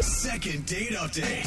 Second date update.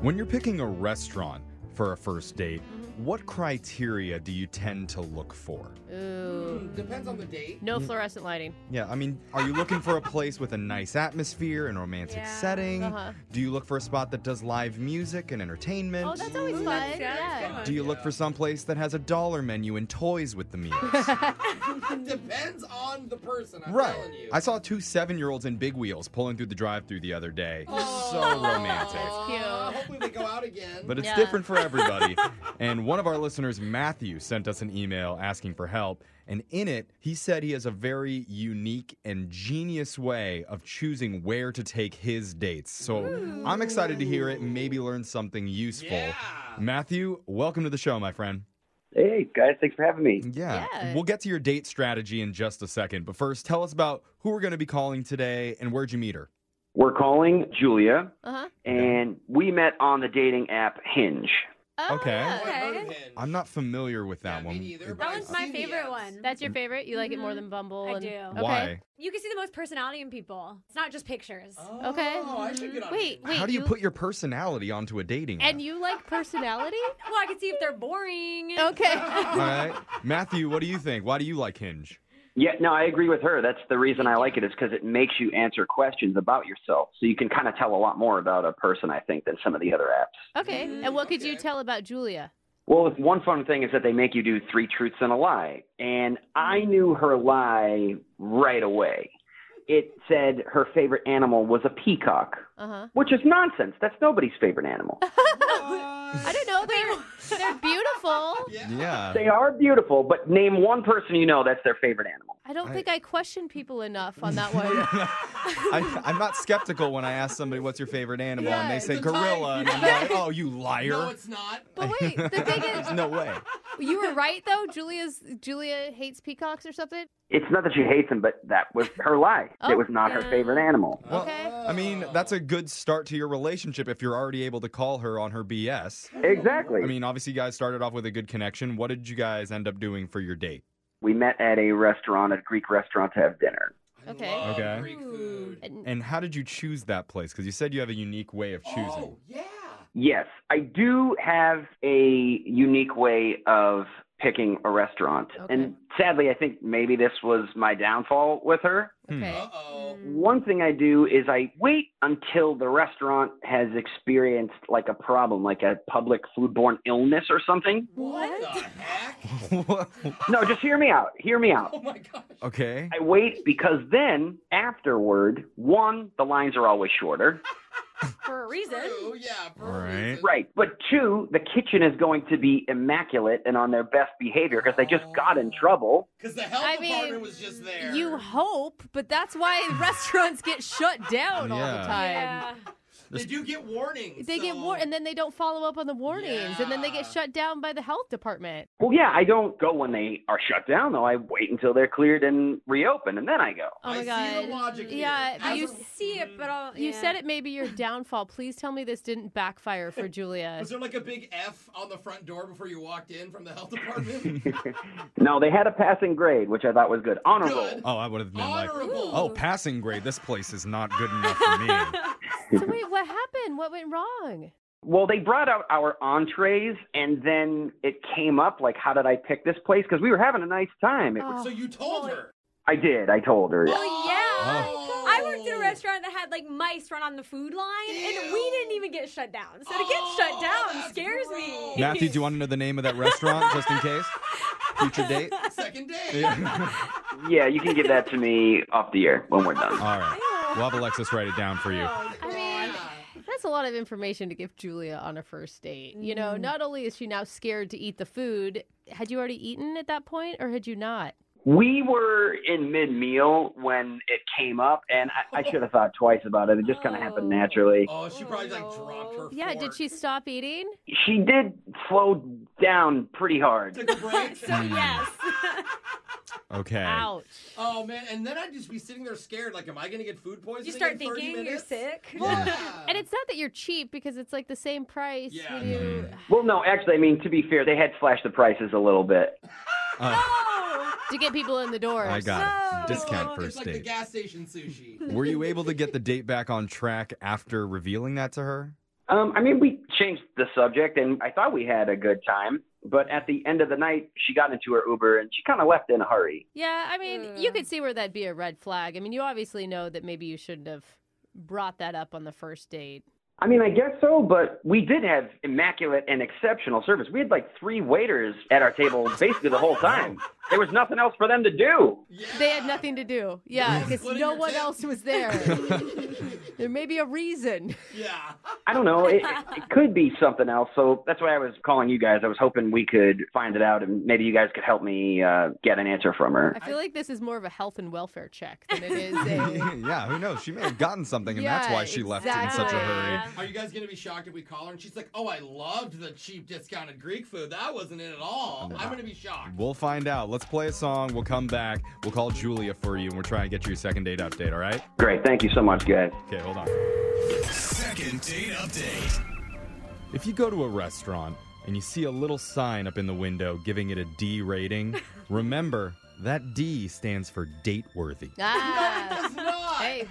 When you're picking a restaurant for a first date, what criteria do you tend to look for? Ooh. Depends on the date. Mm. No fluorescent lighting. Yeah, I mean, are you looking for a place with a nice atmosphere and romantic Yeah, setting? uh-huh. Do you look for a spot that does live music and entertainment? Oh, that's always Ooh, fun. that sounds Yeah. fun. do you look for some place that has a dollar menu and toys with the meals? Depends on the person. I'm telling right. you. I saw two seven year olds in big wheels pulling through the drive through the other day. So romantic. Aw, cute. Hopefully they go out again. But it's Yeah. different for everybody. and one of our listeners, Matthew, sent us an email asking for help. And in it, he said he has a very unique and genius way of choosing where to take his dates. So I'm excited to hear it and maybe learn something useful. yeah. Matthew, welcome to the show, my friend. Hey guys, thanks for having me. Yeah. Yeah. We'll get to your date strategy in just a second. But first, tell us about who we're going to be calling today and where'd you meet her? We're calling Julia, Uh-huh. and we met on the dating app Hinge. Oh, Okay. Oh, yeah. I heard of Okay. Hinge. I'm not familiar with Yeah, that me one. neither, but That I've one's my seen the favorite ads. one. That's your favorite? You like it more than Bumble? I and- do. Okay. Why? you can see the most personality in people. It's not just pictures. Oh, Okay. I should get on Wait, Hinge. wait. How do you, put your personality onto a dating app? And you like personality? Well, I can see if they're boring. Oh, okay. All right. Matthew, what do you think? Why do you like Hinge? Yeah, no, I agree with her. That's the reason I like it is because it makes you answer questions about yourself, so you can kind of tell a lot more about a person, I think, than some of the other apps. Okay. Mm, and what could you okay. tell about Julia? Well, if one fun thing is that they make you do three truths and a lie, and I knew her lie right away. It said her favorite animal was a peacock, Uh huh. which is nonsense. That's nobody's favorite animal. I What? don't know. They're, they're beautiful. Yeah. Yeah. They are beautiful, but name one person you know that's their favorite animal. I don't I- think I questioned people enough on that one. I, I'm not skeptical when I ask somebody what's your favorite animal and Yeah, they say it's a tie. gorilla, and I'm like, oh, you liar. No, it's not. But wait, the thing is, There's no way. you were right though. Julia's Julia hates peacocks or something. It's not that she hates him, but that was her lie. Oh. it was not her favorite animal. Well, uh, Okay. I mean, that's a good start to your relationship if you're already able to call her on her BS. Exactly. I mean, obviously, you guys started off with a good connection. What did you guys end up doing for your date? we met at a restaurant, a Greek restaurant, to have dinner. I Okay. love Okay. Greek food. And, And how did you choose that place? Because you said you have a unique way of choosing. Oh, yeah. Yes, I do have a unique way of picking a restaurant. Okay. And sadly, I think maybe this was my downfall with her. Hmm. okay. Uh-oh. Mm. One thing I do is I wait until the restaurant has experienced like a problem, like a public foodborne illness or something. What the heck? No, just hear me out. Hear me out. Oh, my gosh. okay. I wait because then afterward, one, the lines are always shorter. For a reason. True, yeah. for a All right. reason. Right. But two, the kitchen is going to be immaculate and on their best behavior because they just got in trouble. Because the health I mean, department was just there. You hope, but that's why restaurants get shut down all the Yeah. time. Yeah. They do get warnings. They get so- war, and then they don't follow up on the warnings, and then they get Yeah. shut down by the health department. Well, yeah, I don't go when they are shut down, though. I wait until they're cleared and reopen, and then I go. Oh my I god! See the logic here. Yeah, but I As you a- can see it, but I'll, you yeah. said it may be your downfall. Please tell me this didn't backfire for Julia. Was there like a big F on the front door before you walked in from the health department? No, they had a passing grade, which I thought was good. Honor roll. Good. Oh, I would have been like, Honorable. oh, passing grade. This place is not good enough for me. so wait, what happened? What went wrong? Well, they brought out our entrees, and then it came up like, how did I pick this place? Because we were having a nice time. It was, Oh. So you told her. I did. I told her. yeah. Well, yeah. Oh. I worked at a restaurant that had like mice run on the food line, and we Ew. didn't even get shut down. So to Oh, get shut down that's scares gross. me. Matthew, do you want to know the name of that restaurant just in case? Future date? Second date. Yeah. Yeah, you can give that to me off the air when we're done. All right. We'll have Alexis write it down for you. I mean, that's a lot of information to give Julia on a first date. You Mm-hmm. know, not only is she now scared to eat the food, had you already eaten at that point or had you not? We were in mid meal when it came up, and I, I should have thought twice about it. It just kind of happened naturally. Oh, she probably like dropped her. Yeah, did fork. she stop eating? She did slow down pretty hard. Took a break. So Mm. yes. Okay. Ouch. oh man, and then I'd just be sitting there scared. Like, am I gonna get food poisoning? you start in 30 thinking you're minutes? sick. Yeah. And it's not that you're cheap because it's like the same price. Yeah. when you- Well, no, actually, I mean, to be fair, they had slashed the prices a little bit. Uh, Oh, to get people in the door. I got it. So- Discount It's first like the date. gas station sushi. Were you able to get the date back on track after revealing that to her? Um, I mean, we changed the subject, and I thought we had a good time. But at the end of the night, she got into her Uber and she kind of left in a hurry. Yeah, I mean, you Ugh. could see where that'd be a red flag. I mean, you obviously know that maybe you shouldn't have brought that up on the first date. I mean, I guess so, but we did have immaculate and exceptional service. We had like three waiters at our table basically the whole time. There was nothing else for them to do. Yeah. They had nothing to do. Yeah, because Splitting no your one tip. else was there. there may be a reason. Yeah. I don't know. It, it could be something else. So that's why I was calling you guys. I was hoping we could find it out and maybe you guys could help me uh, get an answer from her. I feel like this is more of a health and welfare check than it is a. yeah, who knows? She may have gotten something, and that's Yeah, why she left in such a exactly. hurry. Are you guys gonna be shocked if we call her and she's like, "Oh, I loved the cheap discounted Greek food. That wasn't it at all." I'm gonna be shocked. We'll find out. Let's play a song. We'll come back. We'll call Julia for you, and we're trying to get you a second date update, all right? Great. Thank you so much, guys. Okay, hold on. Second date update. If you go to a restaurant and you see a little sign up in the window giving it a D rating, remember that D stands for date worthy. Ah, It's not. hey,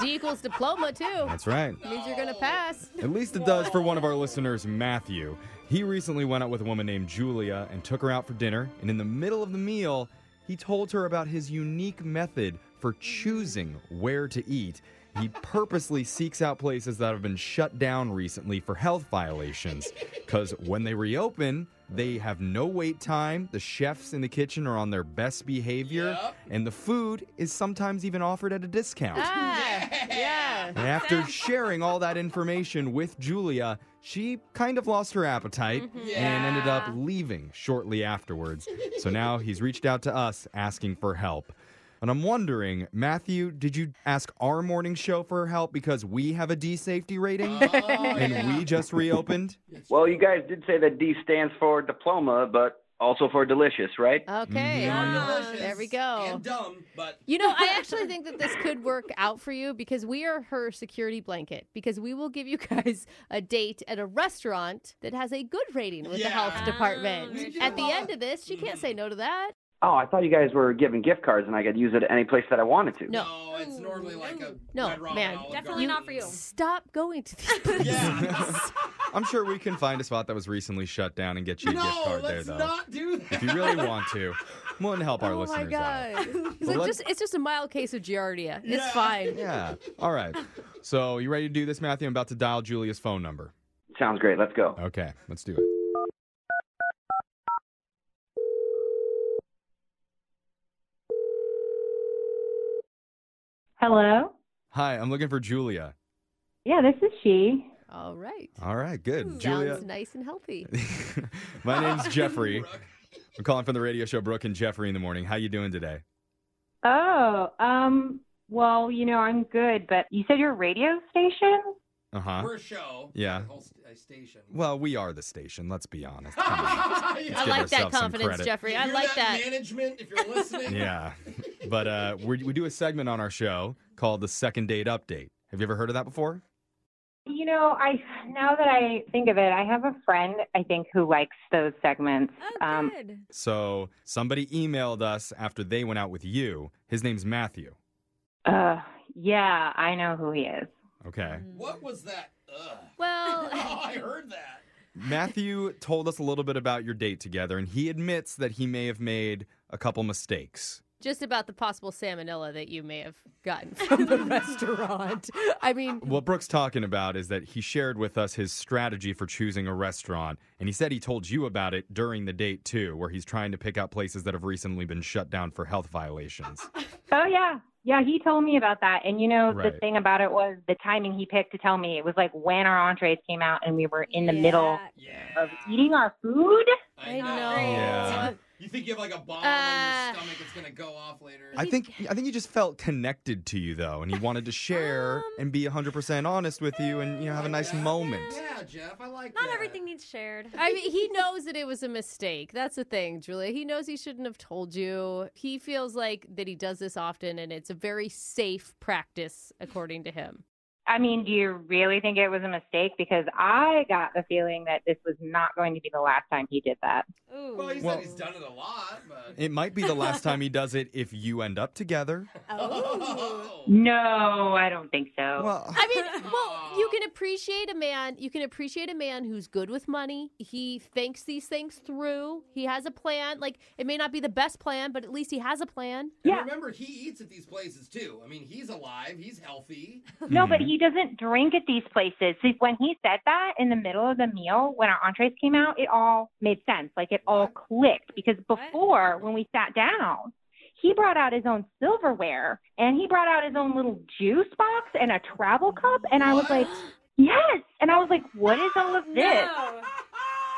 D equals diploma too. That's right. Means you're gonna pass. At least it does for one of our listeners, Matthew. He recently went out with a woman named Julia and took her out for dinner, and in the middle of the meal, he told her about his unique method for choosing where to eat. He purposely seeks out places that have been shut down recently for health violations because when they reopen, they have no wait time, the chefs in the kitchen are on their best behavior, Yep. and the food is sometimes even offered at a discount. Ah, yeah. And after sharing all that information with Julia, she kind of lost her appetite Mm-hmm. and ended up leaving shortly afterwards. So now he's reached out to us asking for help. And I'm wondering, Matthew, did you ask our morning show for help because we have a D safety rating Oh, and yeah. we just reopened? Well, you guys did say that D stands for diploma, but also for delicious, right? Uh, Okay. ah, Delicious Ah, There we go. And dumb, but Mm-hmm. You know, I actually think that this could work out for you because we are her security blanket because we will give you guys a date at a restaurant that has a good rating with the Yeah. health department. Oh, at the end of this, she can't say no to that. Oh, I thought you guys were giving gift cards and I could use it at any place that I wanted to. No. Mm-hmm. no, Oh, it's normally like a No, red ramen man. Olive Definitely Garden. not for you. Stop going to these places. Yeah. I'm sure we can find a spot that was recently shut down and get you a gift no, card there, let's though. not do If that. you really want to, I'm willing to help our Oh my listeners out. god. He's like, Well, just, it's just a mild case of giardia. It's Yeah. fine. Yeah. All right. So, you ready to do this, Matthew? I'm about to dial Julia's phone number. Sounds great. Let's go. Okay, let's do it. Hello? Hi, I'm looking for Julia. Yeah, this is she. All right. All right, good. Hmm, Julia. Sounds nice and healthy. My name's Jeffrey. I'm calling from the radio show Brooke and Jeffrey in the morning. How you doing today? Oh, um, well, you know, I'm good, but you said you're a radio station? Uh-huh. We're a show. Yeah. The whole st- uh, station. Well, we are the station, let's be honest. Come on. Yeah. I give like that ourselves some confidence, credit. Jeffrey. I You're like that. Management, if you're listening. yeah. But uh we we do a segment on our show called the second date update. Have you ever heard of that before? You know, I now that I think of it, I have a friend I think who likes those segments. Oh, good. So, somebody emailed us after they went out with you. His name's Matthew. uh, yeah, I know who he is. Okay. What was that? Ugh. Well, Oh, I heard that. Matthew told us a little bit about your date together, and he admits that he may have made a couple mistakes. just about the possible salmonella that you may have gotten from the restaurant. I mean, What Brooke's talking about is that he shared with us his strategy for choosing a restaurant, and he said he told you about it during the date too, where he's trying to pick out places that have recently been shut down for health violations. Oh yeah. Yeah, he told me about that. And you know, Right. the thing about it was the timing he picked to tell me. It was like when our entrees came out and we were in the middle Yeah. Yeah. of eating our food. I know. know. Yeah. You think you have like a bomb Uh, on your stomach? It's gonna go off later. I think I think he just felt connected to you though, and he wanted to share and be 100% honest with you, and you know have a nice Yeah. moment. Yeah, Jeff, I like Not that. everything needs shared. I mean, he knows that it was a mistake. That's the thing, Julia. He knows he shouldn't have told you. He feels like that he does this often, and it's a very safe practice, according to him. I mean, do you really think it was a mistake? Because I got the feeling that this was not going to be the last time he did that. Ooh. Well, he Well- said he's done it a lot, but. It might be the last time he does it if you end up together. Oh. No, I don't think so. Well, I mean, well, you can appreciate a man. You can appreciate a man who's good with money. He thinks these things through. He has a plan. Like it may not be the best plan, but at least he has a plan. And Yeah. remember, he eats at these places too. I mean, he's alive, he's healthy. No, hmm. but he doesn't drink at these places. See, when he said that in the middle of the meal, when our entrees came out, it all made sense. Like it all clicked because before, when we sat down, he brought out his own silverware and he brought out his own little juice box and a travel cup. And I was like, yes. And I was like, what is all of this? No.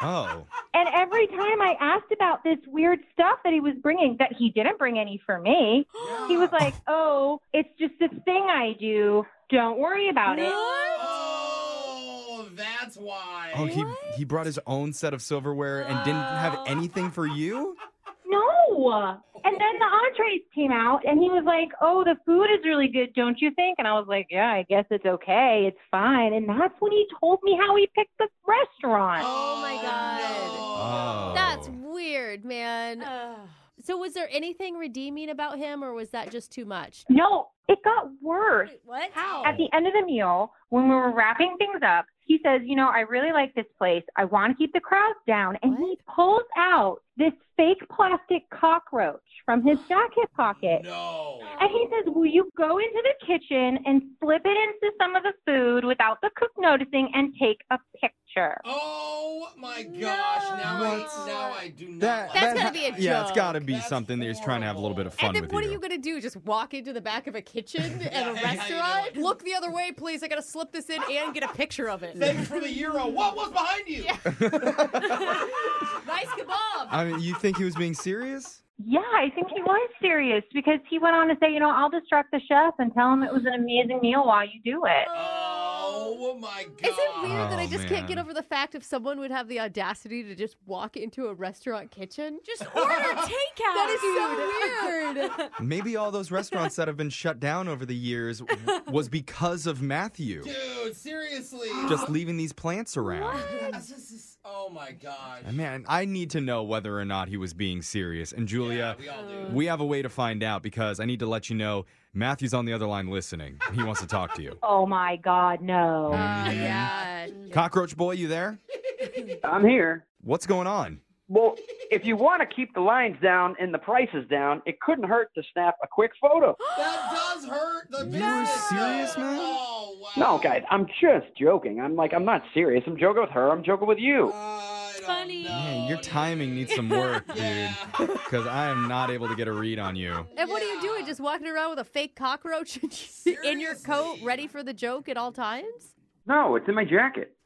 oh, And every time I asked about this weird stuff that he was bringing, that he didn't bring any for me, he was like, oh, it's just this thing I do. Don't worry about it. Oh, that's why. oh, he he brought his own set of silverware and didn't have Oh. anything for you. No. And then the entrees came out, and he was like, Oh, the food is really good, don't you think? And I was like, Yeah, I guess it's okay. It's fine. And that's when he told me how he picked the restaurant. Oh my Oh, That's weird, man. Ugh. so, was there anything redeeming about him, or was that just too much? No, it got worse. Wait, what? At the end of the meal, when we were wrapping things up, he says, You know, I really like this place. I want to keep the crowds down. And he pulls out this fake plastic cockroach from his jacket pocket. No. And he says, Will you go into the kitchen and slip it into some of the food without the cook noticing and take a picture? Oh my gosh. Now, I, What? now I do not. That, like That's that gotta ha- be a Yeah, it's joke. got to be That's something that he's trying to have a little bit of fun and then with what you. are you going to do? Just walk into the back of a kitchen at a Yeah, yeah, you know restaurant? what? Look the other way, please. I got to slip this in and get a picture of it. Thanks for the euro. What was behind you? nice kebab. I mean, you think he was being serious? Yeah, I think he was serious because he went on to say, You know, I'll distract the chef and tell him it was an amazing meal while you do it. Oh my god. Is it weird that I Oh, just can't get man. over the fact if someone would have the audacity to just walk into a restaurant kitchen? Just Order takeout. that is so weird. Maybe all those restaurants that have been shut down over the years w- was because of Matthew Dude, seriously. just leaving these plants around. Yes, this is- oh my gosh. And Man, I need to know whether or not he was being serious. And Yeah, Julia, we all do. we have a way to find out because I need to let you know Matthew's on the other line listening. He wants to talk to you. Oh my God, no. Uh, yeah. Cockroach boy, you there? I'm here. What's going on? Well, if you want to keep the lines down and the prices down, it couldn't hurt to snap a quick photo. That does hurt the You business. were serious, though. man? Oh wow. No, guys, I'm just joking. I'm like, I'm not serious. I'm joking with her. I'm joking with you. I don't Funny. know, Man, your dude. timing needs some work, dude. Yeah. Because I am not able to get a read on you. And what are you doing? Just walking around with a fake cockroach in your coat, Seriously. ready for the joke at all times? No, it's in my jacket.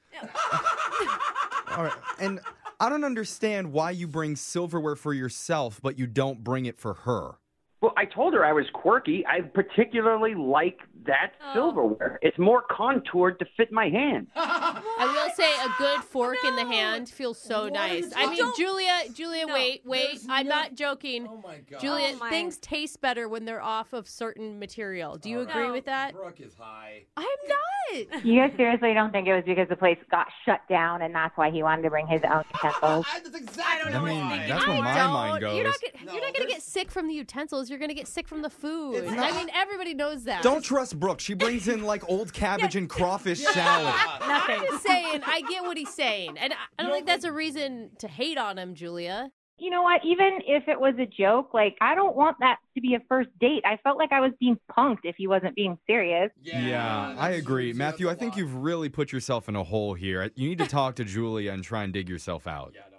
All right. And I don't understand why you bring silverware for yourself, but you don't bring it for her. Well, I told her I was quirky. I particularly like that silverware. It's more contoured to fit my hand. I will say a good fork in the hand feels so nice. I mean, Don't- Julia, Julia, No. wait, wait. There's I'm no- not joking. Oh my god. Julia, Oh my. things taste better when they're off of certain material. Do you All agree right. with that? Brooke is high. I'm not. You guys seriously don't think it was because the place got shut down and that's why he wanted to bring his own utensils? I, that's exactly I mean, why. that's what my mind You're goes. not, get- No, you're not gonna there's- get sick from the utensils. You're gonna get sick from the food. It's I not- mean, everybody knows that. Don't trust Brooke. She brings in like old cabbage and crawfish salad. Yeah. I'm just saying. I get what he's saying, and I, I don't think that's a reason to hate on him, Julia. you know what? Even if it was a joke, like, I don't want that to be a first date. I felt like I was being punked if he wasn't being serious. Yeah, I that's agree. true, too. Matthew, I That's a think lot. you've really put yourself in a hole here. You need to talk to Julia and try and dig yourself out. Yeah, dog.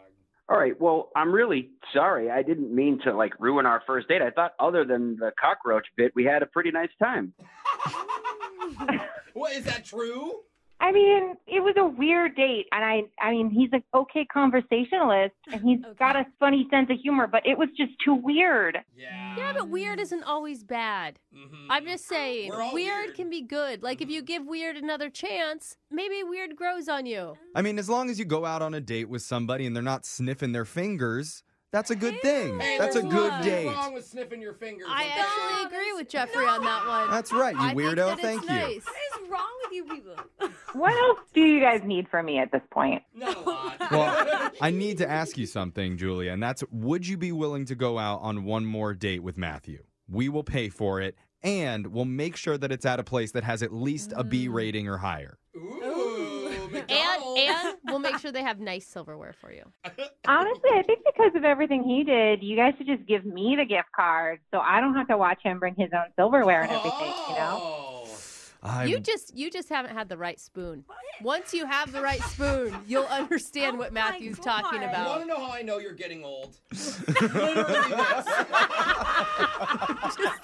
All right. Well, I'm really sorry. I didn't mean to like ruin our first date. I thought, other than the cockroach bit, we had a pretty nice time. What is that true? I mean, it was a weird date, and I, I mean, he's an okay conversationalist, and he's Okay. got a funny sense of humor, but it was just too weird. Yeah. Yeah, Mm-hmm. but weird isn't always bad. Mhm. I'm just saying, We're all weird, weird. Mm-hmm. can be good. Like if you give weird another chance, maybe weird grows on you. I mean, as long as you go out on a date with somebody and they're not sniffing their fingers, that's a good thing. Hey, That's a there's good nothing date. wrong with sniffing your fingers. I okay? actually agree with Jeffrey on that one. That's right, you I think weirdo. that it's Thank you. nice. What is wrong with you people. What else do you guys need from me at this point? Not a lot. Well, I need to ask you something, Julia, and that's would you be willing to go out on one more date with Matthew? We will pay for it and we'll make sure that it's at a place that has at least a Mm. B rating or higher. Ooh, And, McDonald's. and we'll make sure they have nice silverware for you. Honestly, I think because of everything he did, you guys should just give me the gift card so I don't have to watch him bring his own silverware and everything, you know? Oh. I You just you just haven't had the right spoon. Once you have the right spoon, you'll understand Oh what my Matthew's talking God. You want about. to know how I know you're getting old? Literally this.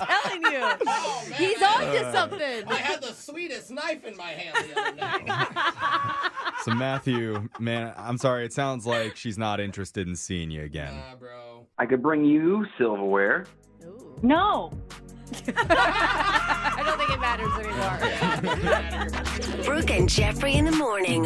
Telling you, Oh, man. he's on to something. I had the sweetest knife in my hand the other night. so Matthew, man, I'm sorry, it sounds like she's not interested in seeing you again. Nah, bro. I could bring you silverware. Ooh. No. I don't think it matters anymore. Brooke and Jeffrey in the morning.